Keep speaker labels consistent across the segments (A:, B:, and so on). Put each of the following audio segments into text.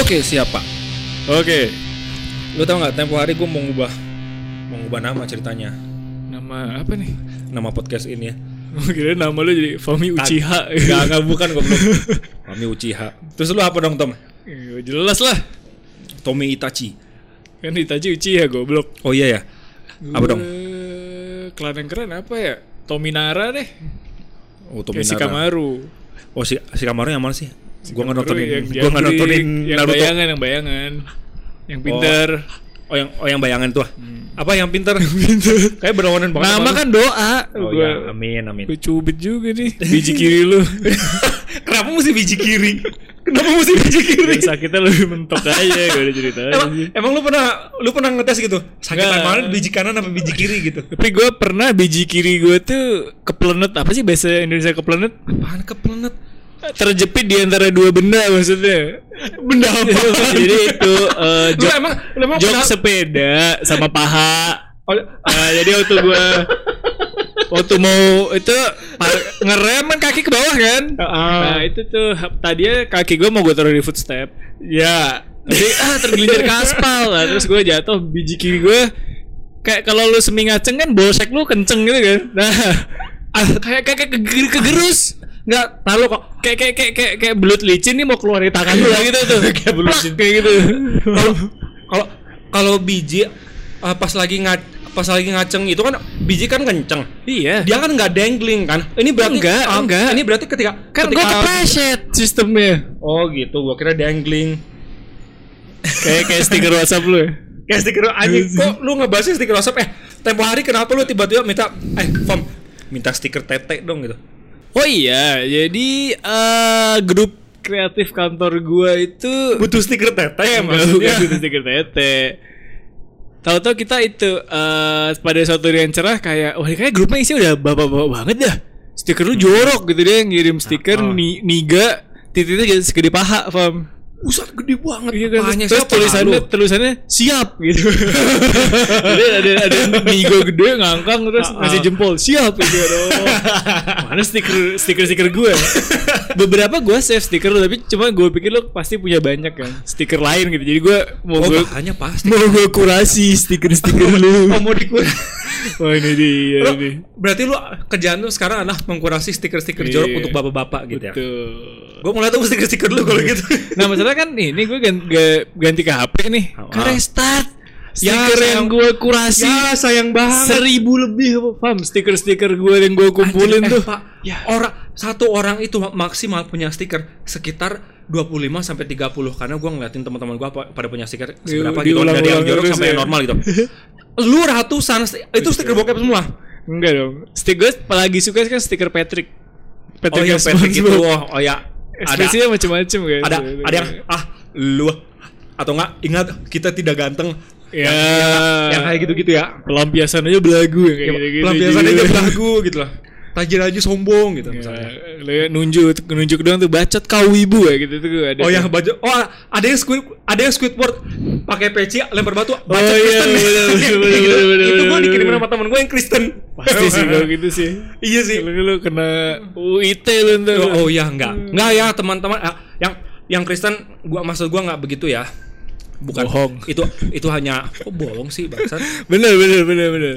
A: oke siap pak.
B: Oke.
A: Lu tau nggak tempo hari gue mau ngubah mau ngubah nama ceritanya
B: Nama apa nih?
A: nama podcast ini ya.
B: Kira nama lu jadi Fami Uchiha.
A: Gak, gak bukan gue belum. Kami Uchiha. Terus lu apa dong Tom?
B: Ya, Jelas lah.
A: Tommy Itachi.
B: Kan Itachi Uchiha goblok.
A: Oh iya ya. Apa dong?
B: Eh, Klan yang keren apa ya? Tominara deh.
A: Oh Tommy
B: Kayak
A: Nara.
B: Shikamaru.
A: Oh si, si Kamaru yang mana sih? Gue nggak
B: Shikamaru
A: nontonin.
B: yang
A: Gue nggak
B: jadi,
A: nontonin
B: yang
A: Naruto.
B: bayangan, yang bayangan. Yang pinter.
A: Oh yang oh yang bayangan tuh. ah. Apa yang pintar? Kayak berlawanan banget.
B: Nama
A: sama lu.
B: kan doa.
A: Oh
B: gua,
A: ya, amin amin.
B: gua cubit juga nih biji kiri lu.
A: Kenapa mesti biji kiri? Kenapa mesti biji kiri?
B: Ya, Sakitnya lebih mentok aja gue udah ceritain.
A: Emang, emang lu pernah lu pernah ngetes gitu? Sakitan
B: Nggak.
A: mana biji kanan apa biji kiri gitu?
B: Tapi gue pernah biji kiri gue tuh ke planet apa sih bahasa Indonesia ke planet?
A: Apaan ke planet?
B: Terjepit di antara dua benda maksudnya.
A: Benda apa?
B: Jadi itu eh,
A: lu
B: jok,
A: emang lu emang
B: jok
A: pernah- Oh, iya.
B: sepeda sama paha.
A: Oleh-
B: Eh, jadi waktu gue waktu mau itu par- ngerem kan kaki ke bawah kan. Nah itu tuh tadinya kaki gue mau gue taruh di footstep.
A: ya.
B: Jadi ah tergelincir ke aspal lah. Terus gue jatuh biji kiri gue kayak kalau lu semi ngaceng kan bolsek lu kenceng gitu kan. Nah ah, kayak kayak kayak keger- kegerus. Nggak tahu kok kayak kayak kayak kayak kayak belut licin nih mau keluar dari tangan lu lah gitu tuh. kayak belut licin kayak gitu.
A: Kalau kalau biji eh, pas lagi ngat pas lagi ngaceng itu kan biji kan kenceng.
B: iya.
A: Dia kan nggak dangling kan? Ini berarti
B: Enggak,
A: ah,
B: enggak.
A: Ini berarti ketika
B: kan gue
A: ketika
B: kepreset sistemnya.
A: Oh gitu, gua kira dangling.
B: Kayak kayak stiker WhatsApp lu. ya.
A: Kayak stiker anjing kok lu ngebahasnya stiker WhatsApp eh tempo hari kenapa lu tiba-tiba minta eh Fom minta stiker tete dong gitu.
B: Oh iya, jadi eh grup kreatif kantor gua itu
A: Butuh stiker tete
B: Bukan butuh stiker tete. Tahu-tahu kita itu eh pada suatu hari yang cerah kayak wah ini kayak grupnya isinya udah bapak-bapak banget dah. Stiker lu jorok gitu dia ngirim stiker ni- niga titiknya jadi segede paha, paham?
A: Pusat gede banget.
B: Iya kan?
A: Pahanya
B: Terus
A: siapa
B: tulisannya
A: lu?
B: tulisannya siap gitu. Jadi ada ada nigo gede ngangkang terus
A: Ah, ah.
B: ngasih jempol siap gitu. Aduh. Mana stiker stiker stiker gue? Beberapa gue save stiker lu tapi cuma gue pikir lu pasti punya banyak kan stiker lain gitu. Jadi gue mau
A: Oh,
B: gue
A: pahanya pasti.
B: mau gue kurasi stiker-stiker lu.
A: Oh, mau dikurasi.
B: Wah ini dia
A: Lu-
B: ini.
A: berarti lu kerjaan lu sekarang adalah mengkurasi stiker-stiker jorok
B: Iya.
A: untuk bapak-bapak gitu ya.
B: Tuh.
A: Gue mulai tahu stiker-stiker lu kalau gitu.
B: Nah masalahnya kan ini gue ganti, ga- ganti ke HP nih.
A: Ah.
B: Ke restart.
A: Ya,
B: Stiker yang
A: sayang.
B: gue kurasi.
A: sayang
B: seribu lebih apa paham stiker-stiker gue yang gue kumpulin
A: Anjing, eh,
B: tuh Iya.
A: Pak, orang satu orang itu mak- maksimal punya stiker sekitar 25 sampai 30 karena gua ngeliatin teman-teman gua apa- pada punya stiker seberapa gitu
B: diulang-ulang
A: dari yang jorok
B: Iya, terus
A: sampai yang
B: ya. Iya.
A: normal gitu. Lu ratusan sti- itu stiker bokep semua.
B: enggak dong stiker apalagi suka kan stiker Patrick
A: Oh iya,
B: yang
A: Patrick itu.
B: SpongeBob.
A: Oh, oh ya. Ada
B: ekspresinya macam-macam kan
A: ada ada yang ah lu atau enggak ingat kita tidak ganteng
B: ya
A: yang kayak gitu-gitu ya.
B: pelampiasan aja belagu yang kayak gitu gitu Iya,
A: Pelampiasannya Ya, aja belagu gitu loh. Tajir aja sombong gitu misalnya.
B: nunjuk nunjuk doang tuh bacot kau wibu ya gitu tuh ada
A: Oh
B: tuh.
A: yang baju oh ada yang squid ada yang Squidward pakai peci lempar batu baca
B: iya,
A: Kristen
B: bener, bener, bener,
A: Gitu.
B: bener, bener,
A: itu gue
B: bener,
A: dikirim
B: bener.
A: sama temen gue yang Kristen
B: pasti sih kalau gitu sih
A: iya sih
B: lu, lu kena UIT lu ntar
A: oh, oh ya enggak
B: Hmm.
A: enggak ya teman-teman ah, yang yang Kristen gua maksud gua nggak begitu ya bukan
B: Bohong.
A: itu itu hanya kok bohong sih bangsat
B: bener bener bener bener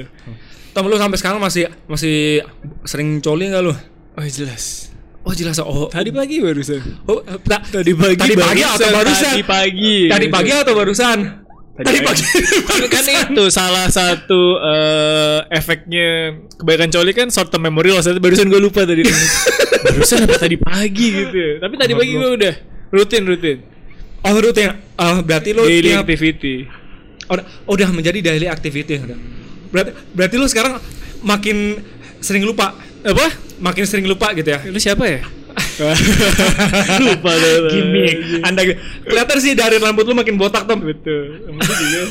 A: temen lu sampai sekarang masih masih sering coli nggak lu
B: oh jelas
A: oh jelas oh
B: tadi pagi barusan
A: oh, eh, ta-
B: Tadi pagi,
A: tadi pagi atau barusan
B: Tadi pagi.
A: tadi pagi atau barusan tadi pagi
B: Kan, kan itu salah satu eh, efeknya kebaikan coli kan short term memory loss. Tadi Barusan gue lupa tadi. barusan apa tadi pagi gitu. Tapi tadi pagi gue udah rutin rutin.
A: Oh rutin, Ah, berarti lo
B: Daily
A: tiap
B: activity.
A: udah, udah menjadi daily activity. udah. Berarti, berarti lo sekarang makin sering lupa,
B: Apa?
A: makin sering lupa gitu ya?
B: Lu siapa ya? lupa deh.
A: Gimik, anda gini. kelihatan sih dari rambut lu makin botak tom.
B: Betul. Emang itu juga.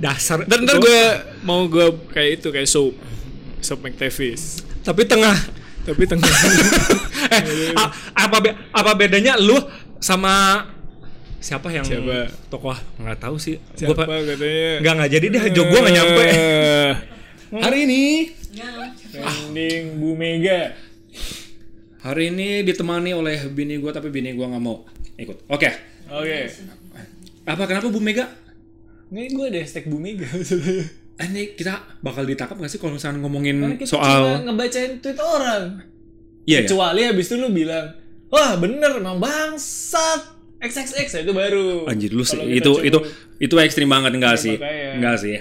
A: Dasar.
B: Ntar ntar gue mau gue kayak itu kayak soap. Soap McTavish.
A: Tapi tengah.
B: Tapi tengah.
A: eh, a- apa be- apa bedanya lu sama siapa yang
B: Siapa?
A: tokoh nggak tahu sih
B: Siapa
A: gua
B: katanya?
A: nggak nggak jadi deh jog gua nggak nyampe
B: Eh,
A: hari ini
B: Mending Bu Mega.
A: Hari ini ditemani oleh bini gue tapi bini gue nggak mau ikut. Oke,
B: Oke.
A: Apa kenapa Bu Mega?
C: Nggak, gue ada hashtag Bu Mega.
A: Eh, Ini kita bakal ditangkap gak sih kalau misalnya ngomongin
C: Karena Nah, kita cuma
A: soal
C: ngebacain tweet orang.
A: Iya ya.
C: Kecuali habis itu lu bilang, wah bener emang bangsat. XXX ya, itu baru.
A: Anjir lu sih
C: Kalau kita
A: itu
C: cuma-
A: itu itu ekstrim banget enggak sih?
C: makanya.
A: Enggak sih.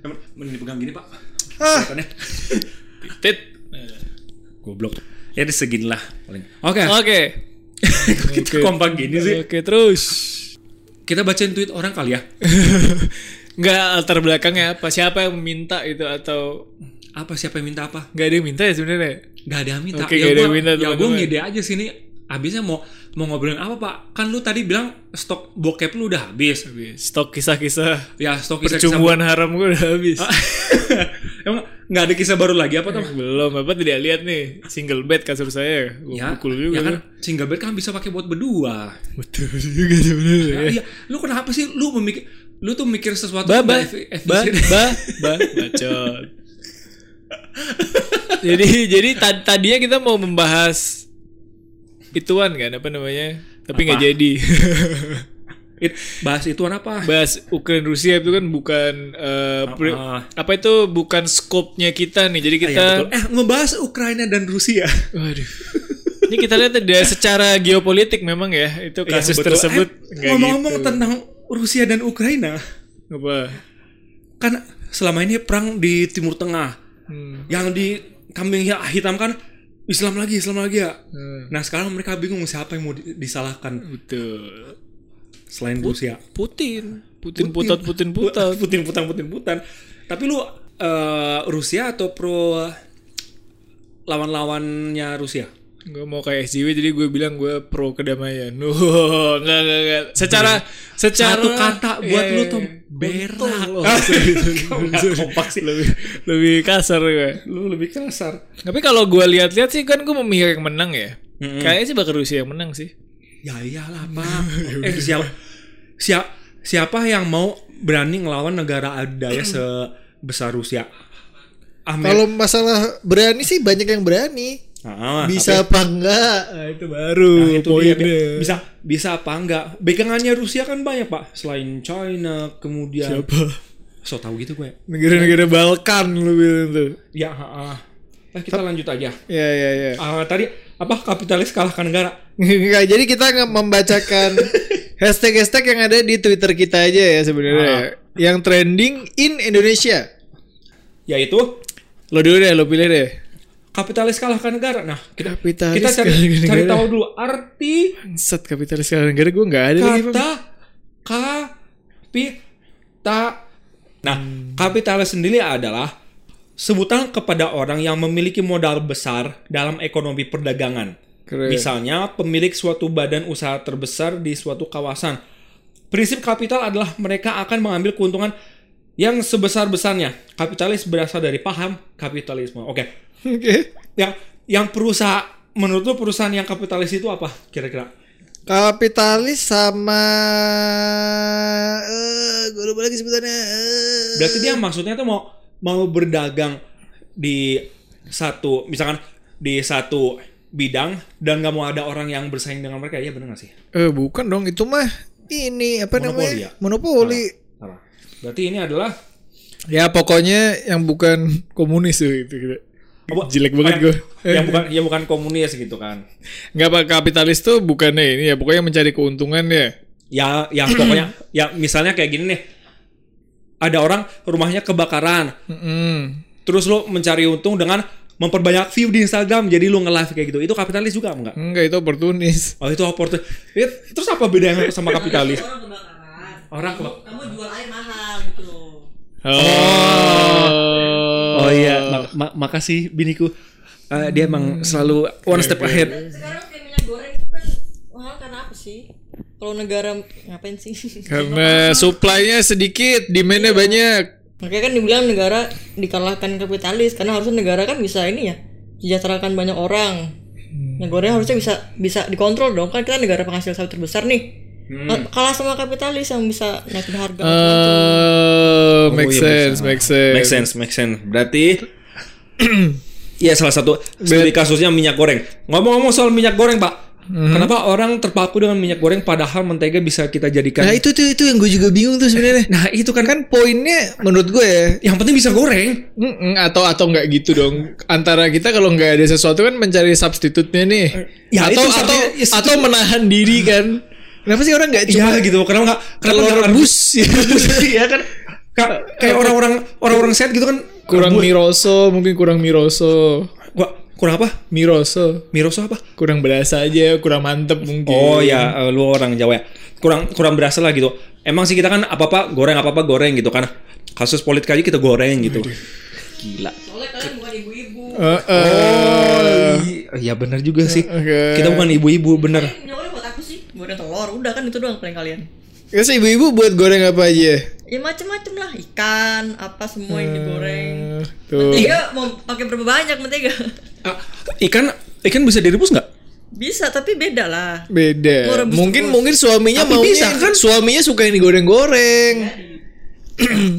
A: Temen, mending dipegang gini, Pak. Kelihatannya.
B: Tit.
A: Nah. Goblok. Ya di seginilah paling. Oke.
B: Oke.
A: Kita kompak gini sih.
B: Oke, terus.
A: Kita bacain tweet orang kali ya.
B: Nggak latar belakangnya apa? Siapa yang minta itu atau
A: Apa siapa yang minta apa?
B: nggak ada yang minta ya sebenarnya?
A: Gak ada yang minta.
B: Oke,
A: ya
B: gak ada
A: gua,
B: yang minta,
A: ya gue
B: teman-teman.
A: ngide aja sini. Abisnya mau mau ngobrolin apa pak? Kan lu tadi bilang stok bokep lu udah habis.
B: Stok kisah-kisah
A: Ya stok
B: percumbuan haram gue udah habis.
A: Ah. Emang nggak ada kisah baru lagi apa tuh?
B: Belum, Bapak tidak lihat nih single bed kasur saya. Gue
A: Ya,
B: pukul juga.
A: ya kan
B: tuh.
A: single bed kan bisa pakai buat berdua.
B: Betul juga sebenarnya.
A: Iya, lu kenapa sih lu memikir lu tuh mikir sesuatu
B: Ba
A: nggak
B: ba
A: efi-
B: ba
A: efisien.
B: ba ba bacot. jadi jadi tad- tadinya kita mau membahas ituan kan apa namanya? Tapi nggak
A: Apa?
B: jadi.
A: It- bahas itu apa?
B: Bahas Ukraina Rusia itu kan bukan eh, pri-
A: Ah.
B: apa itu bukan skopnya kita nih. Jadi
A: Ah,
B: kita
A: ya, betul. eh ngebahas Ukraina dan Rusia.
B: waduh. Ini kita lihat ada secara geopolitik memang ya itu
A: Iya,
B: kasus
A: betul.
B: tersebut
A: Eh,
B: nggak
A: ngomong-ngomong
B: gitu.
A: tentang Rusia dan Ukraina,
B: apa?
A: kan selama ini perang di Timur Tengah
B: Hmm.
A: yang di kambing hi- hitam kan Islam lagi, Islam lagi ya.
B: Hmm.
A: Nah sekarang mereka bingung siapa yang mau di- disalahkan
B: Betul.
A: selain Rusia.
B: Putin. Putin putat Putin putat.
A: Putin putan Putin putan. Tapi lu eh, Rusia atau pro lawan-lawannya Rusia?
B: Gue mau kayak SJW jadi gue bilang gue pro kedamaian. Wow, enggak enggak enggak. Secara secara
A: Satu kata buat
B: Iya,
A: lu
B: iya,
A: tuh
B: iya.
A: berak. Ah.
B: Kontol. Kompak sih. lebih lebih kasar gue.
A: Lu lebih kasar.
B: Tapi kalau gue lihat-lihat sih kan gue memihak yang menang ya. Kayaknya sih bakal Rusia yang menang sih.
A: Ya iyalah pak.
B: Ya
A: eh, siapa, siapa siapa yang mau berani ngelawan negara adidaya sebesar Rusia? Amerika.
D: Kalau masalah berani sih banyak yang berani.
A: Ah,
D: Bisa apa enggak?
B: Nah, itu
A: Nah,
B: baru
A: itu dia,
B: poinnya.
A: Bi- bisa bisa apa enggak pegangannya Rusia kan banyak pak selain China kemudian
B: Siapa?
A: so tau gitu gue
B: Negara-negara Balkan lu bilang tuh.
A: ya ha, ah. Nah, kita lanjut aja
B: Ya ya ya.
A: Ah, tadi apa kapitalis kalahkan negara
D: Enggak, jadi kita nge- membacakan hashtag-hashtag yang ada di Twitter kita aja ya sebenarnya.
A: Ah.
D: ya. Yang trending in Indonesia.
A: yaitu
B: Lo dulu deh, lo pilih deh.
A: kapitalis kalahkan negara nah kita
D: Kapitalis
A: kita cari
B: kalahkan
A: cari
B: negara.
A: tahu dulu arti
B: Set kapitalis segala negara gue nggak ada lagi. Bang.
A: kata kapita nah kapitalis sendiri adalah sebutan kepada orang yang memiliki modal besar dalam ekonomi perdagangan
B: Keren.
A: Misalnya, pemilik suatu badan usaha terbesar di suatu kawasan. Prinsip kapital adalah mereka akan mengambil keuntungan yang sebesar-besarnya. Kapitalis berasal dari paham kapitalisme. Oke.
D: Oke.
A: Yang yang perusahaan menurut lu perusahaan yang kapitalis itu apa kira-kira?
D: Kapitalis sama eh gue lupa lagi sebutannya. eh.
A: Berarti
E: Hmm.
A: dia maksudnya tuh mau mau berdagang di satu misalkan di satu bidang dan nggak mau ada orang yang bersaing dengan mereka. Iya bener nggak sih?
D: Eh bukan dong, itu mah ini apa
A: Monopoli
D: namanya?
A: ya?
D: Monopoli.
A: Salah. Berarti ini adalah
B: Ya pokoknya yang bukan komunis tuh itu gitu.
A: Apa?
B: Jelek banget
A: Yang-
B: gue.
A: yang bukan yang bukan komunis gitu kan.
B: Nggak apa kapitalis tuh bukannya ini ya pokoknya mencari keuntungan ya.
A: ya yang pokoknya ya misalnya kayak gini nih ada orang rumahnya kebakaran
B: Mm-mm.
A: terus lo mencari untung dengan memperbanyak view di Instagram jadi lo nge-live kayak gitu itu kapitalis juga apa enggak
B: Enggak itu oportunis.
A: oh itu opportunity Ya, terus apa bedanya sama kapitalis
E: orang kebakaran
A: orang keba-
E: kamu jual air mahal gitu
B: Oh.
A: oh iya ma- ma- makasih biniku Eh, dia emang selalu one step ahead
E: sekarang kayak minyak goreng itu kan mahal karena apa sih kalau negara ngapain sih
B: Karena supply-nya sedikit, demand-nya banyak.
E: makanya kan dibilang negara dikalahkan kapitalis karena harusnya negara kan bisa ini ya sejahterakan banyak orang minyak goreng harusnya bisa bisa dikontrol dong kan kita negara penghasil sawit terbesar nih kalah sama kapitalis yang bisa naikin harga
B: Oh, Eh, make
A: iya,
B: sense, make sense.
A: make sense make sense berarti ya, Iya salah satu studi kasusnya minyak goreng. Ngomong-ngomong soal minyak goreng, Pak. Kenapa orang terpaku dengan minyak goreng padahal mentega bisa kita jadikan?
B: Nah itu tuh itu yang gue juga bingung tuh sebenarnya.
A: Nah, itu kan kan
B: Kan poinnya menurut gue ya
A: yang penting bisa goreng.
B: Mm-mm, atau atau nggak gitu dong antara kita kalau nggak ada sesuatu kan mencari substitutnya nih
A: Ya, itu
B: atau atau
A: artinya- ya,
B: atau menahan diri kan kenapa sih orang nggak cuma
A: Iya gitu. Kenapa nggak? Kenapa
B: telur
A: nggak rebus?
B: rebus ya?
A: Iya kan? Ka- Kayak orang-orang orang-orang sehat gitu kan
B: kurang
A: rebus.
B: miroso mungkin kurang miroso
A: Gua- kurang apa?
B: miroso
A: Miroso apa?
B: kurang berasa aja kurang mantep mungkin
A: Oh ya, eh, lu orang Jawa ya. Kurang kurang berasa lah gitu. Emang sih kita kan apa-apa goreng apa-apa goreng gitu kan. Kasus politik aja kita goreng gitu.
E: Soalnya kalian bukan ibu-ibu.
B: Eh, eh,
A: Oh, iya benar juga sih.
B: oke.
A: Kita bukan ibu-ibu bener.
E: Nyokapnya buat aku sih, goreng telur, udah kan itu doang paling kalian.
B: Terus ibu-ibu buat goreng apa aja
E: Ya macem-macem lah, ikan, apa semua yang digoreng.
B: Eh, tuh
A: Iya.
E: Mentega mau pakai berapa banyak mentega?
A: Ah, ikan ikan bisa direbus nggak?
E: Bisa, tapi beda lah. Mau
B: beda
E: rebus
B: mungkin
E: terus.
B: mungkin suaminya
A: Tapi
B: mau
A: bisa, kan?
B: suaminya suka yang digoreng-goreng
E: Iya.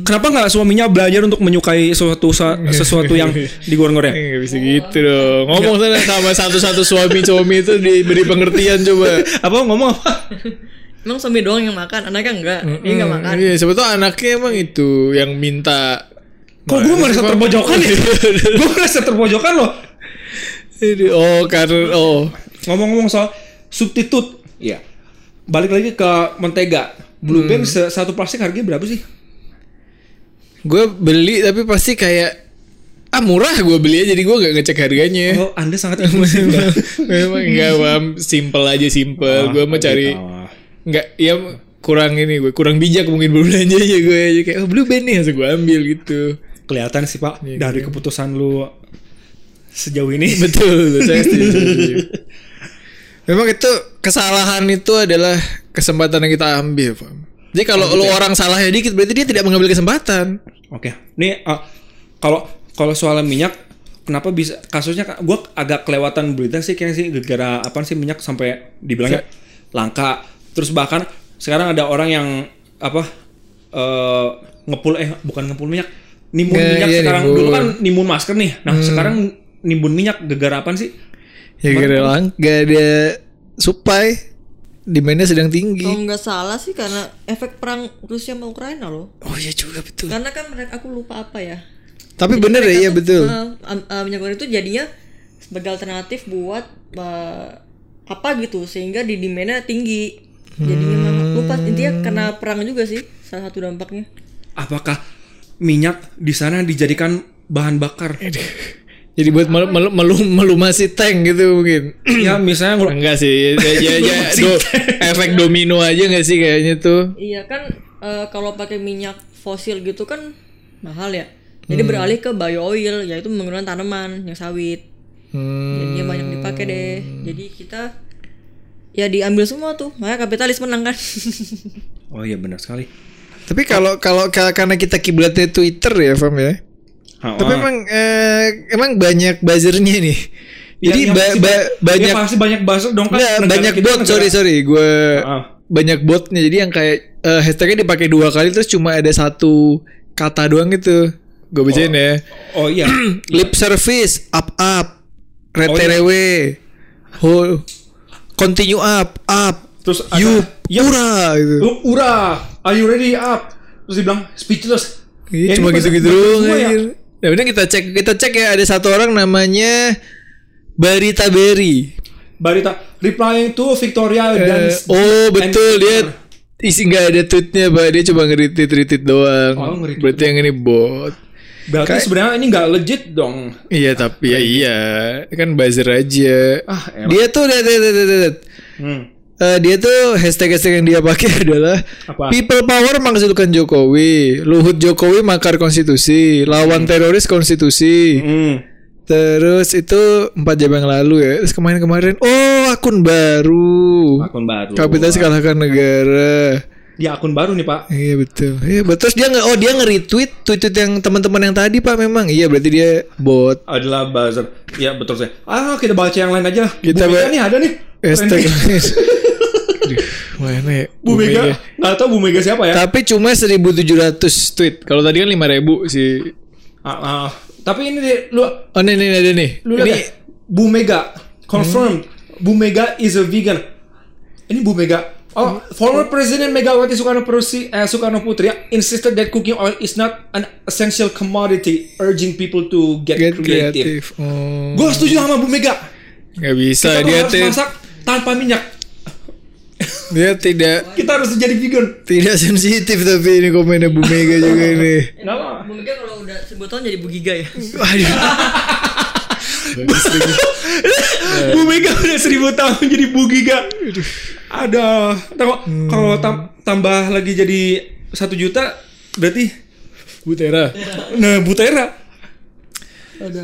A: Kenapa nggak suaminya belajar untuk menyukai sesuatu sa- sesuatu yang
B: Eh,
A: digoreng-goreng?
B: Nggak bisa gitu dong. Ngomong sana sama satu-satu suami suami itu diberi pengertian coba.
A: Apa ngomong apa?
E: Emang suami doang yang makan, anaknya enggak. Dia enggak makan.
B: Iya, sebetulnya anaknya emang itu yang minta.
A: Kok gue merasa terpojokan ya? gue merasa terpojokan loh.
B: Aduh, Oh, karena oh.
A: Ngomong-ngomong soal substitut, ya. Balik lagi ke mentega. Blue Band se- satu plastik harganya berapa sih?
B: Gue beli tapi pasti kayak ah murah gue beli aja jadi gue nggak ngecek harganya.
A: Oh, Anda sangat emosi.
B: Memang enggak paham simple
A: Eh,
B: aja simple.
A: Oh,
B: gue mau
A: gitu.
B: cari nggak ya kurang ini gue kurang bijak mungkin berbelanja gue aja kayak oh, blue band nih harus gue ambil gitu.
A: Kelihatan sih Pak dari keputusan lu sejauh ini.
B: betul saya setuju, saya setuju. memang itu kesalahan itu adalah kesempatan yang kita ambil Pak. jadi kalau lo orang salahnya dikit berarti dia tidak mengambil kesempatan
A: Oke, ini ah, kalau kalau soal minyak, kenapa bisa kasusnya? Gue agak kelewatan berita sih kayaknya sih gara-gara apa sih minyak sampai dibilangnya langka. Terus bahkan sekarang ada orang yang apa eh, ngepul eh bukan ngepul minyak, nimbun
B: Nge-
A: minyak
B: iya,
A: sekarang dulu
B: nimbun. Hmm.
A: kan nimbun masker nih. Nah sekarang nimbun minyak gara-gara apa sih?
B: ya kira lang gak ada supply demandnya sedang tinggi
E: Kalau nggak salah sih karena efek perang Rusia sama Ukraina loh.
B: oh iya juga betul
E: Karena kan mereka aku lupa apa ya.
B: tapi bener
E: Mereka
B: ya iya
E: tuh,
B: betul
E: eh, am- eh, minyak goreng itu jadinya sebagai alternatif buat eh, apa gitu sehingga di demandnya tinggi.
B: Hmm.
E: Jadinya mahal. lupa intinya karena perang juga sih salah satu dampaknya.
A: Apakah minyak di sana dijadikan bahan bakar?
B: jadi buat melu, melu, melu, melumasi tank gitu mungkin
A: ya misalnya ngelu-
B: enggak sih ya, ya, ya,
A: Melumasi
B: do- efek domino aja nggak sih kayaknya tuh
E: Iya kan eh, kalau pakai minyak fosil gitu kan mahal ya. Jadi
B: Hmm.
E: beralih ke bio oil yaitu menggunakan tanaman yang sawit.
B: Hmm.
E: Jadinya banyak dipakai deh. Jadi kita ya diambil semua tuh. Makanya kapitalis menang kan.
A: Oh iya benar sekali.
B: tapi kalau kalau karena kita kiblatnya Twitter ya Fam ya
A: Ha, ah.
B: Tapi emang eh, emang banyak buzzernya nih. Jadi
A: Ya, yang
B: ba-
A: pasti
B: ba-
A: ba-
B: banyak
A: ya, pasti banyak buzzer dong kan.
B: enggak,
A: negara
B: banyak
A: kita
B: bot
A: negara-
B: sorry sorry gue
A: Ah.
B: banyak botnya jadi yang kayak eh, hashtagnya dipakai dua kali terus cuma ada satu kata doang gitu. Gue bacain ya.
A: Oh iya.
B: Lip service up up
A: Oh, iya.
B: reterewe ho continue up up
A: Terus ada-
B: you
A: ya,
B: pura gitu.
A: Lu ura, are you ready up? Terus dibilang speechless. Ya,
B: Iya, cuma
A: ini
B: gitu-gitu
A: buat- buat
B: doang
A: semua ya.
B: anjir. Nah, bener kita cek kita cek ya ada satu orang namanya Barita Berry.
A: Barita replying to Victoria dan
B: Eh, oh betul dia isi nggak ada tweetnya pak dia cuma ngeritit ritit doang.
A: Oh, nge-retweet
B: Berarti yang ini bot.
A: Berarti
B: kayak-
A: sebenarnya ini nggak legit dong.
B: Iya tapi ya iya kan buzzer aja.
A: Ah, elah.
B: dia tuh lihat lihat lihat, lihat, lihat.
A: Hmm.
B: Eh, dia tuh hashtag hashtag yang dia pakai adalah
A: Apa?
B: people power menghasilkan Jokowi, Luhut Jokowi makar konstitusi, lawan teroris konstitusi.
A: Hmm.
B: Terus itu empat jam yang lalu ya. Terus kemarin-kemarin, oh akun baru.
A: Akun baru.
B: Kapitalis kalahkan negara.
A: Ya akun baru nih, Pak.
B: Iya betul. Iya betul. Terus dia nggak, oh dia nge-retweet tweet yang teman-teman yang tadi pak memang. Iya berarti dia bot.
A: Adalah buzzer. Ya betul saya. Ah, kita baca yang lain aja.
B: Kita
A: Bu Mega
B: ba-
A: nih ada nih.
B: Hashtag.
A: Trending.
B: Aduh, mana ya?
A: Bu Mega, nggak tahu Bu Mega siapa ya?
B: Tapi cuma 1700 tweet. Kalau tadi kan 5000 sih.
A: Ah, ah. Tapi ini deh, lu
B: Oh nih nih nih, nih nih.
A: Lu lihat ya? Bu Mega confirmed Bu Mega is a vegan. Ini Bu Mega. Oh, former President Megawati Soekarno Putri, eh, Soekarno Putri ya, insisted that cooking oil is not an essential commodity, urging people to get,
B: Get
A: creative.
B: kreatif. Oh.
A: Gue setuju sama Bu Mega.
B: Nggak
A: Kita
B: bisa
A: tuh
B: dia
A: harus
B: ti-
A: masak tanpa minyak.
B: dia tidak
A: Kita harus jadi vegan.
B: tidak sensitif tapi ini komennya Bu Mega juga ini.
A: Nggak apa.
E: Bu Mega kalau udah seribu tahun jadi Bu Giga ya.
B: Aduh.
A: Bu Mega udah seribu tahun jadi Bu Giga. Ada. Tengok, kalau tam- tambah lagi jadi satu juta, berarti
F: Butera.
A: nah Butera.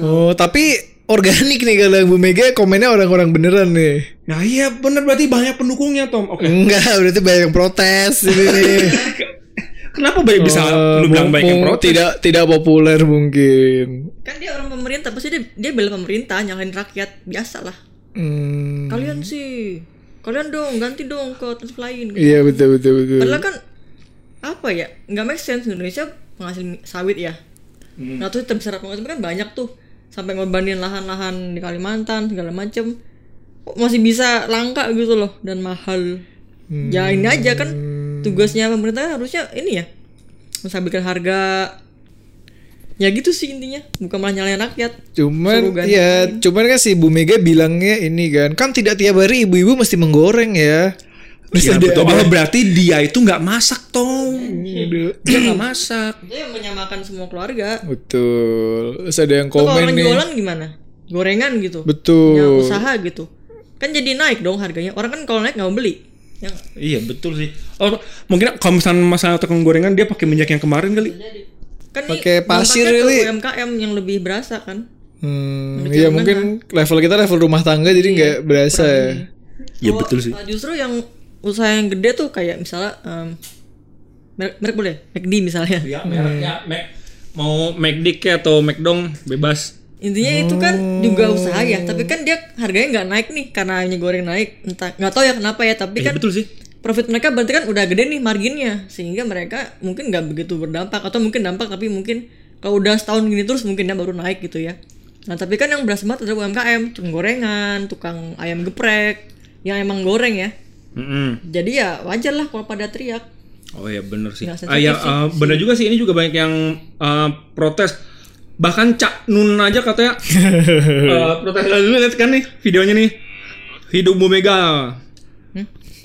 B: Oh, tapi organik nih kalau yang Bu Mega komennya orang-orang beneran nih.
A: Nah iya bener berarti banyak pendukungnya Tom. Oke.
B: Enggak, berarti banyak yang protes ini nih.
A: Kenapa banyak bisa
B: Eh,
A: lu bilang banyak yang
B: mumpung
A: protes?
B: Tidak tidak populer mungkin.
E: Kan dia orang pemerintah, pasti dia dia bela pemerintah, nyalahin rakyat biasa lah.
B: Hmm,
E: Kalian sih, kalian dong ganti dong ke tempat lain.
B: iya betul betul betul.
E: Padahal kan apa ya? Nggak make sense Indonesia penghasil mi- sawit ya.
B: Hmm.
E: Nah terus terbesar penghasil kan banyak tuh sampai ngorbanin lahan-lahan di Kalimantan segala macem Kok masih bisa langka gitu loh dan mahal. Ya
B: Hmm.
E: ini aja kan tugasnya pemerintah kan harusnya ini ya menstabilkan harga. Ya gitu sih intinya, bukan malah nyalain rakyat.
B: Cuman
E: Suruh ganti
B: ya, cuman kan si Bu Mega bilangnya ini kan, kan tidak tiap hari ibu-ibu mesti menggoreng ya. Terus
A: Ya,
B: ada-
A: betul. Iya.
B: ada-
A: Oh, berarti dia itu nggak masak Tom. Dia nggak masak.
E: Itu yang menyamakan semua keluarga.
B: Betul. Terus ada yang
E: Kalau
B: komen
E: orang
B: nih.
E: jualan gimana? Gorengan gitu. punya
B: Betul.
E: usaha gitu kan jadi naik dong harganya orang kan kalau naik nggak mau beli ya nggak?
A: Iya betul sih. Oh, mungkin kalau misalnya masalah tepung gorengan dia pakai minyak yang kemarin kali.
E: kan ini
B: Pakai pasir,
E: dampaknya ke
B: Lili.
E: UMKM yang lebih berasa kan
B: Hmm, iya mungkin level kita level rumah tangga jadi nggak berasa ya.
A: Iya betul sih.
E: Nah, justru yang usaha yang gede tuh kayak misalnya em, merek, merek boleh McD misalnya
A: Ya mereknya mau McD atau McDong bebas.
E: intinya itu kan juga usaha ya tapi kan dia harganya nggak naik nih karena minyak goreng naik entah nggak tahu ya kenapa ya tapi kan
A: Betul sih.
E: profit mereka berarti kan udah gede nih marginnya sehingga mereka mungkin nggak begitu berdampak atau mungkin dampak tapi mungkin kalau udah setahun gini terus mungkin dia baru naik gitu ya nah tapi kan yang berasa banget adalah UMKM tukang gorengan tukang ayam geprek yang emang goreng ya jadi ya wajar lah kalau pada teriak
A: Oh ya bener sih.
E: Nggak
A: Ah,
E: sensitif
A: ya, eh, bener juga sih ini juga banyak yang eh, protes. Bahkan Cak Nun aja katanya eh, protes lu lihat kan nih videonya nih. Hidup Bu Mega.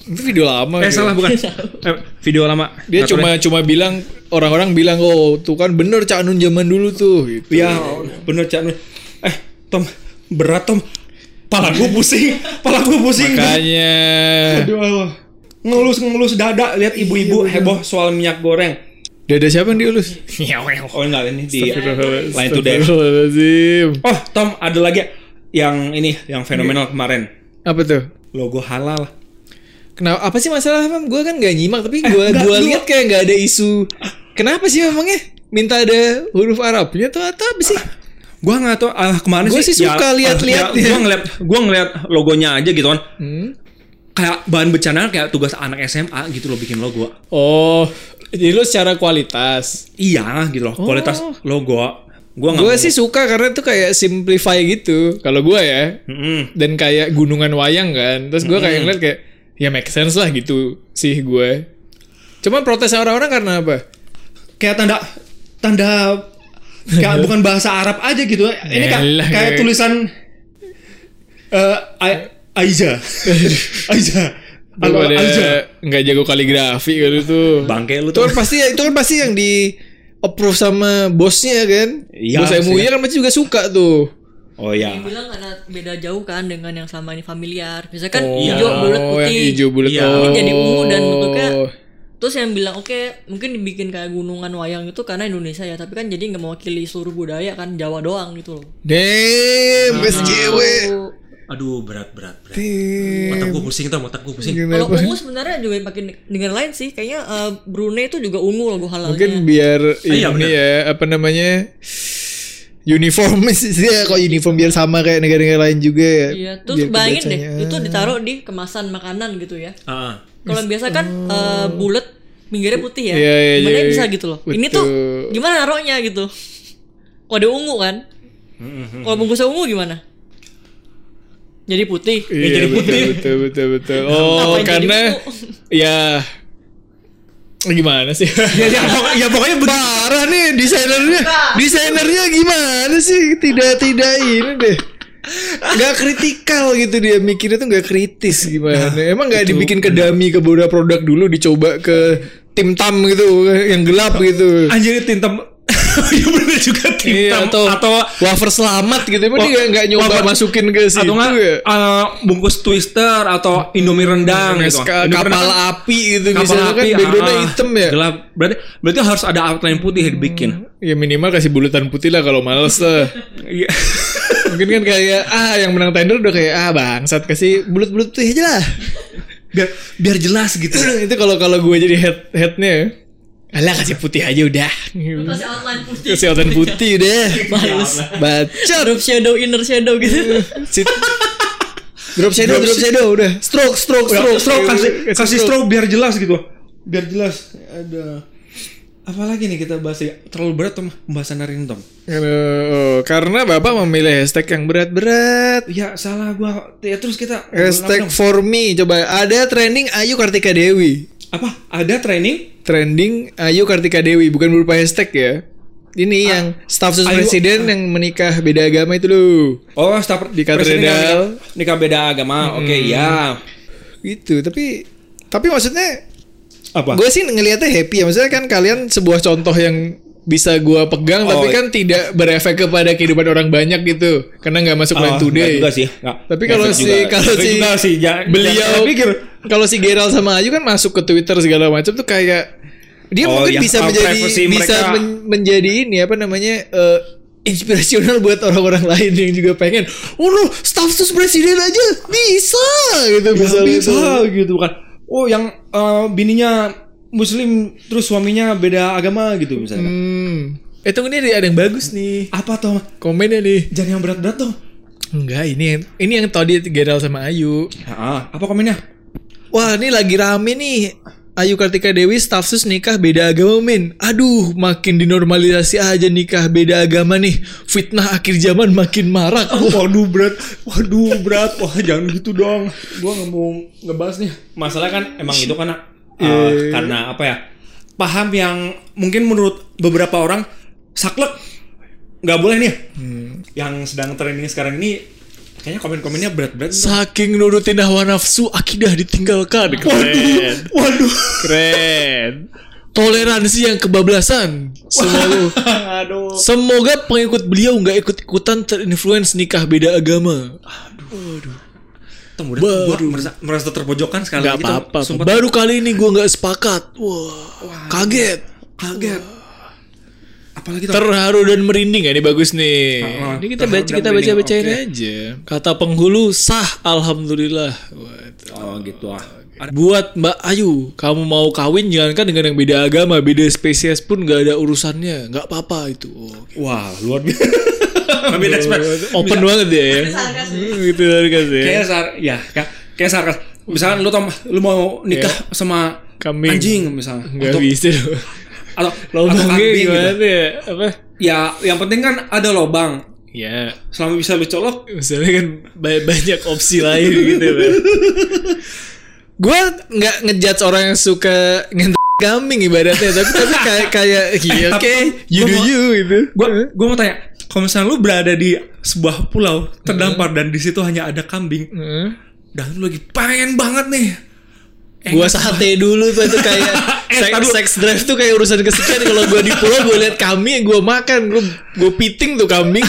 B: Itu video lama.
A: Eh
B: gitu.
A: salah bukan. Eh, video lama.
B: Dia
A: Nggak
B: cuma cuma bilang orang-orang bilang oh tuh kan bener Cak Nun zaman dulu tuh
A: tahu
B: gitu.
A: deh. Ya bener Cak Nun. Eh Tom berat Tom. Pala gue pusing. Pala gue pusing.
B: Makanya
A: Aduh, Allah. Ngelus-ngelus dada
B: Iya,
A: lihat ibu-ibu heboh soal minyak goreng.
B: dada siapa yang diulus?
A: Oh enggak ini di lain today.
B: Astagfirullahaladzim.
A: Oh Tom ada lagi yang ini yang
B: Iya.
A: fenomenal kemarin.
B: Apa tuh?
A: logo halal.
B: Kenapa apa sih masalah Mam? Gua kan nggak nyimak tapi gua
A: nggak,
B: gua
A: lu-
B: lihat kayak nggak ada isu. Kenapa sih memangnya? Minta ada huruf Arabnya tuh atau apa sih?
A: Gua nggak tahu ah, kemana
B: Gua sih
A: sih.
B: suka
A: ya,
B: lihat-lihat ya.
A: Gua ngeliat, gua ngeliat logonya aja gitu kan.
B: Hmm.
A: Kayak bahan bercandaan kayak tugas anak SMA gitu loh bikin logo.
F: Oh, jadi lu secara kualitas.
A: Iya gitu loh kualitas logo. Gua nggak.
B: Gue Oh. sih suka karena itu kayak simplify gitu. Kalau gue ya,
A: Mm-mm.
F: Dan kayak gunungan wayang kan. Terus gua kayak ngeliat kayak ya make sense lah gitu sih gue.
B: cuman protes orang-orang karena apa?
A: Kayak tanda tanda kayak bukan bahasa Arab aja gitu. Ini kayak
F: Elah,
A: kayak
F: kayak-
A: tulisan eh A- Aiza. Aiza. Halo
F: Lu ada
A: Aiza.
F: nggak jago kaligrafi kali tuh.
A: Bangke lu
B: Itu
A: tuh.
B: kan pasti itu kan pasti yang di approve sama bosnya kan.
A: Iya,
B: Bos MUI
A: sih.
B: kan pasti juga suka tuh.
A: Oh ya.
E: bilang karena beda jauh kan dengan yang selama ini familiar biasanya kan
A: Oh,
E: hijau bulat
B: Oh, yang
E: putih
B: hijau bulat.
A: Iya.
B: Oh.
E: Ini jadi ungu dan bentuknya terus yang bilang oke mungkin dibikin kayak gunungan wayang itu karena Indonesia ya tapi kan jadi nggak mewakili seluruh budaya kan Jawa doang gitu loh
B: Damn,
A: Nah,
B: SJW.
E: Kalau-
A: Aduh berat berat berat.
B: Damn.
A: Otak gue pusing tuh, otak gue pusing.
E: kalau
B: Nah,
E: ungu sebenarnya juga pakai dengan lain sih kayaknya eh, Brunei itu juga ungu logo halalnya
B: Mungkin biar
E: Ah,
A: iya,
B: ini ya apa namanya? Uniform sih ya, kok uniform biar sama kayak negara-negara lain juga ya.
E: iya terus
B: Biar
E: bayangin deh
B: kebacanya.
E: itu ditaruh di kemasan makanan gitu ya
A: Ah.
E: kalau yang biasa kan eh, bulat pinggirnya putih ya
B: Iya, iya,
E: Gimana
B: iya.
E: bisa gitu loh ini tuh
B: Betul.
E: gimana naruhnya gitu
B: Mm-hmm.
E: kode ungu kan kalau bungkusnya ungu gimana jadi putih
B: Iya, jadi betul, betul, betul, betul. Oh,
E: Ngapain jadi
B: karena
E: buku?
B: ya gimana sih?
A: ya, ya, pokok- ya pokoknya begitu.
B: Parah nih desainernya. Desainernya gimana sih? Tidak tidak ini deh. Gak kritikal gitu dia mikirnya tuh gak kritis gimana.
E: Nah,
B: Emang gak dibikin ke dummy ke bodoh produk dulu dicoba ke tim tam gitu yang gelap gitu.
A: Anjir tintam. ya bener juga tintam
B: Iya,
A: atau
B: atau,
A: atau,
B: wafer selamat gitu emang dia gak nyoba
A: wafer-
B: masukin ke situ
A: nggak,
B: ya.
A: eh, bungkus twister atau indomie rendang gitu.
B: Ka-
A: Indomie
B: kapal
A: rendang kan
B: api gitu
A: kapal
B: misalnya
A: api,
B: kan backgroundnya
A: ah,
B: hitam ya
A: Gelap. Berarti berarti harus ada outline putih yang dibikin.
B: ya minimal kasih bulutan putih lah kalau males lah
A: Iya.
B: mungkin kan kayak ah yang menang tender udah kayak ah bangsat kasih bulut-bulut putih aja lah
A: biar biar jelas gitu.
B: itu kalau kalau gue jadi head headnya ya, alah kasih putih aja udah
E: Masih outline putih
B: kasih warna putih deh
E: Males.
B: baca
E: drop shadow inner shadow gitu
B: sit drop shadow drop shadow udah stroke stroke stroke
A: stroke kasih kasih stroke biar jelas gitu biar jelas ada apalagi nih kita bahas ya terlalu berat tuh pembahasan hari ini Tom
B: Aduh, Gitu. Oh, karena bapak memilih hashtag yang berat-berat
A: ya salah gua ya terus kita
B: Hashtag
A: ulang dong.
B: for me coba ada trending Ayu Kartika Dewi.
A: apa ada training
B: Trending Ayu Kartika Dewi bukan berupa hashtag ya. Ini yang staf sus
A: Ah, Ayu- ah.
B: presiden yang menikah beda agama itu loh.
A: oh staf
B: Di
A: presiden
B: katedral.
A: nikah- nikah kan beda agama oke ya
B: Gitu, tapi tapi maksudnya
A: apa
B: gue sih ngelihatnya happy ya. Maksudnya kan kalian sebuah contoh yang bisa gua pegang
A: Oh,
B: tapi kan tidak berefek kepada kehidupan orang banyak gitu. Karena nggak masuk
A: Ah,
B: line today.
A: enggak juga sih enggak.
B: Tapi
A: Enggak
B: kalau
A: juga.
B: si kalau
A: Enggak
B: si
A: juga sih, ja-
B: beliau
A: jangan pikir.
B: kalau si Gerald sama Ayu kan masuk ke Twitter segala macam tuh kayak dia
A: Oh,
B: mungkin
A: iya.
B: bisa
A: Oh,
B: menjadi
A: privacy
B: bisa
A: mereka.
B: men- menjadi ini apa namanya eh, inspirasional buat orang-orang lain yang juga pengen oh no staff sus presiden aja bisa gitu
A: bisa,
B: misalnya
A: Iya, bisa
B: tuh.
A: gitu kan oh yang eh, bininya muslim terus suaminya beda agama gitu misalnya
B: hmm. eh tunggu nih ada yang bagus nih
A: apa Tom
B: komennya ya nih
A: jangan yang berat-berat Tom
B: enggak ini yang ini yang tadi Gerald sama Ayu
A: Ah, apa komennya
B: Wah ini lagi rame nih Ayu Kartika Dewi staf sus nikah beda agama men Aduh makin dinormalisasi aja nikah beda agama nih Fitnah akhir zaman makin marak
A: Waduh berat, waduh berat, wah jangan gitu dong. Gua nggak mau ngebahas nih. Masalah kan emang itu karena eh, karena apa ya? Paham yang mungkin menurut beberapa orang saklek nggak boleh nih. ya. Yang sedang trending sekarang ini kayaknya komen-komennya berat-berat.
B: Saking nurutin hawa nafsu akidah ditinggalkan Keren
A: Waduh.
B: Keren Toleransi yang kebablasan Semoga,
A: Aduh.
B: semoga pengikut beliau nggak ikut-ikutan terinfluence nikah beda agama
A: Tom, udah, gua
B: Waduh.
A: merasa, merasa terpojokan sekali
B: Gak
A: lagi, Tom.
B: apa-apa
A: Sumpah, Tom.
B: Gitu. Baru kali ini gue nggak sepakat Wah kaget
A: Kaget. Apalagi Tom.
B: Terharu dan merinding ya ini bagus nih.
A: Ah, ah,
B: ini kita
A: terharu
B: baca
A: dan
B: kita baca
A: merinding,
B: bacain
A: oke.
B: aja. Kata penghulu sah alhamdulillah. Waduh.
A: Oh gitu ah.
B: Buat Mbak Ayu, kamu mau kawin jalankan dengan yang beda agama, beda spesies pun gak ada urusannya, nggak apa-apa itu. Oh, oke.
A: Wah, luar biasa. Beda spek-
B: Open banget ya. ya. gitu sarkas ya.
A: kayak sar ya ka- kayak sarkas misalkan lu tom lu mau nikah sama
B: Kambing.
A: anjing misalnya
B: Gak
A: atau
B: bisa. dong.
A: atau, atau
B: Lobangnya
A: kambing gitu.
B: gimana ya? Apa?
A: ya yang penting kan ada lobang
B: Ya,
A: selama bisa lu colok
B: misalnya kan ba- banyak opsi lain gitu kan. gue nggak ngejudge orang yang suka ngentot kambing ibaratnya tapi tapi kayak kayak iya, oke you do you gitu
A: gua gua mau tanya kalau misalnya lu berada di sebuah pulau terdampar dan di situ hanya ada kambing
B: Heeh.
A: dan lu lagi pengen banget nih
B: Eh, gua sate dulu tuh itu kayak
A: Eh,
B: sex,
A: tar dulu.
B: sex drive tuh kayak urusan kesekian kalau gua di pulau gua lihat kambing gua makan gua gua piting tuh kambing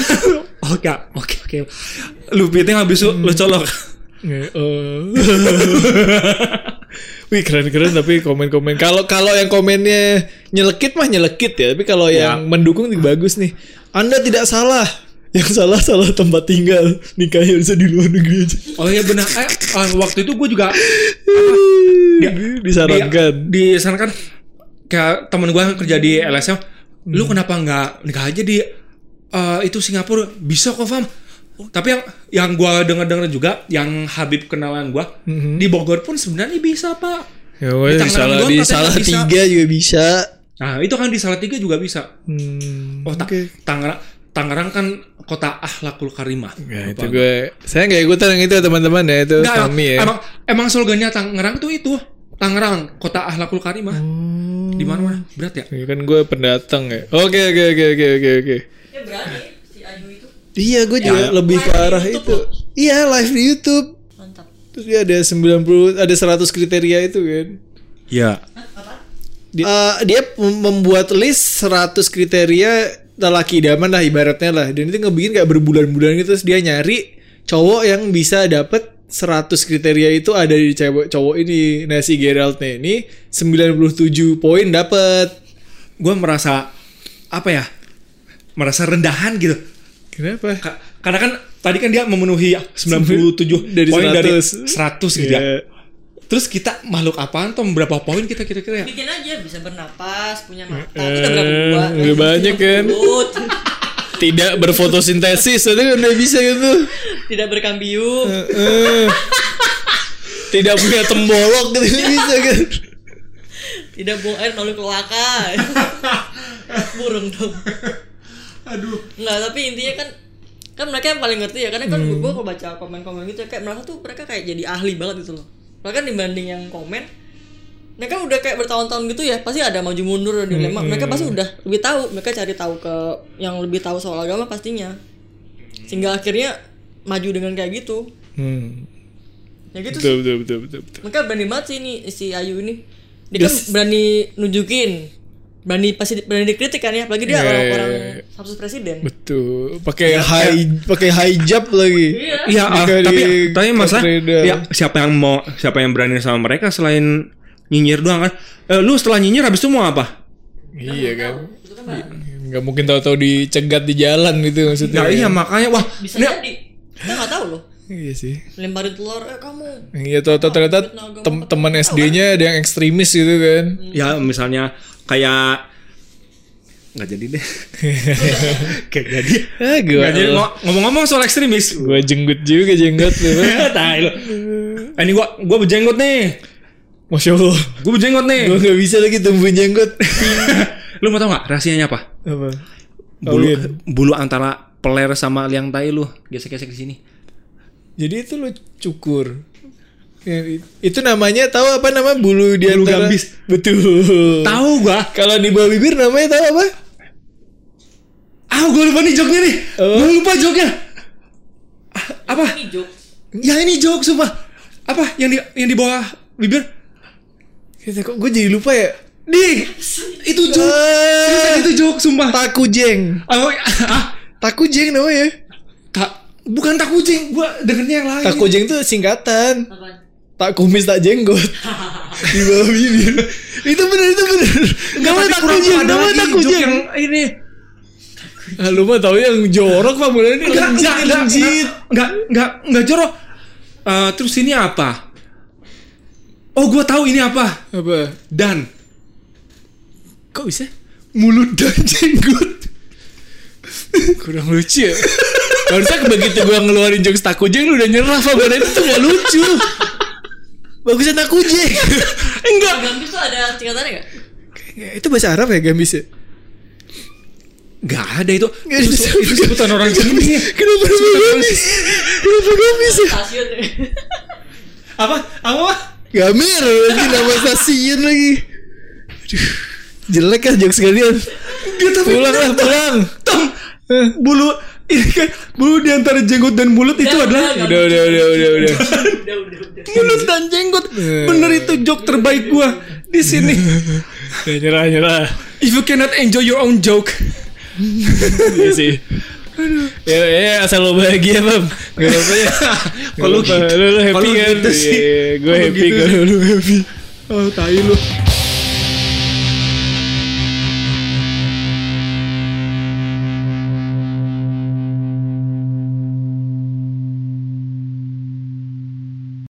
A: oke oh, ya. oke oke lu piting habis itu lu colok
B: Eh, eh. Wih keren-keren tapi komen-komen. Kalau kalau yang komennya nyelekit mah nyelekit ya, tapi kalau yang mendukung juga bagus nih. Anda tidak salah. Yang salah salah tempat tinggal. Nikahnya bisa di luar negeri aja.
A: oh iya benar eh, eh, waktu itu gua juga
B: Disarankan.
A: di sana kan kayak temen gue kerja di LSM lu
B: Hmm.
A: kenapa nggak nikah aja di eh, itu Singapura bisa kok fam tapi yang yang gue dengar dengar juga yang Habib kenalan gue
B: Hmm.
A: di Bogor pun sebenarnya bisa pak
B: Ya,
A: Di
B: di
A: Tangerang
B: salah
A: doang
B: di
A: katanya
B: salah
A: bisa.
B: tiga juga bisa.
A: nah itu kan di Salatiga juga bisa
B: Hmm,
A: oh Ta-
B: oke.
A: Tangerang Tangerang kan kota akhlakul karimah.
B: Ya, itu gue saya nggak ikutan yang itu ya, teman-teman ya itu
A: Nggak,
B: kami ya.
A: emang, emang slogannya Tangerang tuh itu. Tangerang, kota akhlakul karimah.
B: Oh.
A: Di mana-mana. Berat ya?
B: Ya kan gue pendatang ya. Oke oke oke oke oke oke.
E: Ya berani si Ayu itu.
B: Iya
E: Ya,
B: gue juga lebih ke arah
E: YouTube
B: itu. Iya live di YouTube.
E: Mantap.
B: Terus dia ada 90 ada 100 kriteria itu kan.
A: Iya.
B: Dia, eh, dia mem- membuat list 100 kriteria lelaki idaman lah ibaratnya lah. Dan itu ngebikin kayak berbulan-bulan gitu terus dia nyari cowok yang bisa dapet 100 kriteria itu ada di cewek cowok ini. Nah si Geralt nih ini 97 poin dapet.
A: Gue merasa, apa ya? Merasa rendahan gitu.
B: Kenapa?
A: Ka- Karena kan tadi kan dia memenuhi 97
B: Dari
A: poin dari
B: 100.
A: 100 gitu ya.
B: Iya.
A: Terus kita makhluk apaan Tom? Berapa poin kita kira-kira ya?
E: Bikin aja bisa bernapas, punya mata. Kita berapa dua?
B: udah Eh, banyak kan?
E: Mulut.
B: Tidak berfotosintesis itu kan udah bisa gitu.
E: Tidak berkambium.
B: Eh. Tidak punya tembolok gitu bisa kan?
E: Tidak buang air melalui kelaka. Burung dong.
A: Aduh.
E: Nah tapi intinya kan kan mereka yang paling ngerti ya karena kan
B: Hmm.
E: gue kalau baca komen-komen gitu ya, kayak mereka tuh mereka kayak jadi ahli banget gitu loh. Bahkan dibanding yang komen mereka udah kayak bertahun-tahun gitu ya pasti ada maju mundur dan dilema
B: Hmm.
E: mereka pasti udah lebih tahu mereka cari tahu ke yang lebih tahu soal agama pastinya sehingga akhirnya maju dengan kayak gitu
B: Hmm.
E: ya gitu sih
B: Betul betul betul betul. betul.
E: mereka berani banget sih ini si Ayu ini dia kan berani nunjukin berani pasti berani dikritik kan ya apalagi dia
B: Iya, iya,
E: orang-orang
B: iya,
E: status presiden
B: Betul. Pakai high pakai hijab lagi.
A: Iya, ah,
B: Dari
A: tapi tapi masa
B: Katrina.
A: ya, siapa yang mau siapa yang berani sama mereka selain nyinyir doang kan? Eh, lu setelah nyinyir habis itu mau apa?
B: Iya kan. Gak mungkin tahu-tahu dicegat di jalan gitu maksudnya.
A: Ya iya makanya wah
E: bisa
A: ini-
E: jadi Nah. kita nggak tahu loh
B: Iya sih.
E: lemparin telur eh kamu
B: Iya tahu-tahu ternyata tem- teman SD-nya ada yang ekstremis gitu kan.
A: ya misalnya kayak nggak jadi deh. Kayak jadi.
B: Ah,
A: Nggak jadi
B: gue
A: Ngo- ngomong-ngomong soal ekstremis.
B: gue jenggut juga jenggot lu.
A: Tai lu. Eh, Ini gua gua berjenggot nih.
B: Masya Allah.
A: Gua berjenggot nih.
B: Gue gak bisa lagi tumbuh jenggot.
A: lu mau tau nggak rahasianya apa?
B: Apa?
A: Bulu
B: Kawin.
A: bulu antara peler sama liang tai lu gesek-gesek di sini.
B: Jadi itu lo cukur. Ya, i- Itu namanya tahu apa nama bulu di
A: Bulu
B: antara-
A: gambis.
B: Betul.
A: Tahu gua.
B: Kalau di bawah bibir namanya tahu apa?
A: Ah, gue lupa nih joknya nih.
B: Apa?
A: Gue lupa joknya. Ah, Apa?
E: ini jok
A: Ya ini jok sumpah. Apa yang di yang di bawah bibir?
B: Kita kok gue jadi lupa ya. Ah,
A: Di itu jok. Seriusan, itu jok sumpah.
B: Takujeng.
A: Oh, ah,
B: Takujeng namanya. ya?
A: tak bukan tak kucing, gua dengernya yang lain.
B: Takujeng tuh singkatan.
E: apa
B: Tak kumis tak jenggot. di bawah bibir. itu bener itu bener. Namanya takujeng. Namanya takujeng.
A: Yang ini
B: Ah, lu mah tahu yang jorok pak bulan ini
A: enggak enggak enggak
B: lenjit.
A: enggak enggak enggak jorok. Eh, terus ini apa? Oh, gua tahu ini apa.
B: Apa?
A: Dan
B: Kok bisa?
A: mulut dan jenggot.
B: kurang lucu ya harusnya begitu gue ngeluarin jokes takujeng lu udah nyerah favorit itu tuh gak lucu bagusnya takujeng
E: enggak gambis tuh ada singkatannya nggak
B: itu bahasa Arab ya gambis ya
A: Enggak ada itu.
B: Nggak ada.
A: Itu itu sebutan orang jenggot.
B: kenapa nama gambis kenapa gambis ya
E: stasiun
A: apa apa
B: gamir lagi nama stasiun lagi Aduh, jelek kan jokes kalian
A: dia tapi
B: pulang lah pulang Eh.
A: Tom, bulu ini kan bulu di antara jenggot dan mulut itu adalah
B: udah udah udah udah udah
E: udah udah udah
A: mulut dan jenggot bener itu joke terbaik gua di sini
B: udah nyerah nyerah
A: if you cannot enjoy your own joke
B: iya sih Ya, ya, asal lo bahagia, Bam. Gak apa-apa ya.
A: Kalau
B: Kalau
A: gitu-
B: lu, lu happy
A: kalau
B: kan?
A: gitu sih.
B: Iya, gue
A: Kalau
B: happy
A: gitu
B: kalau lu happy.
A: oh tai lu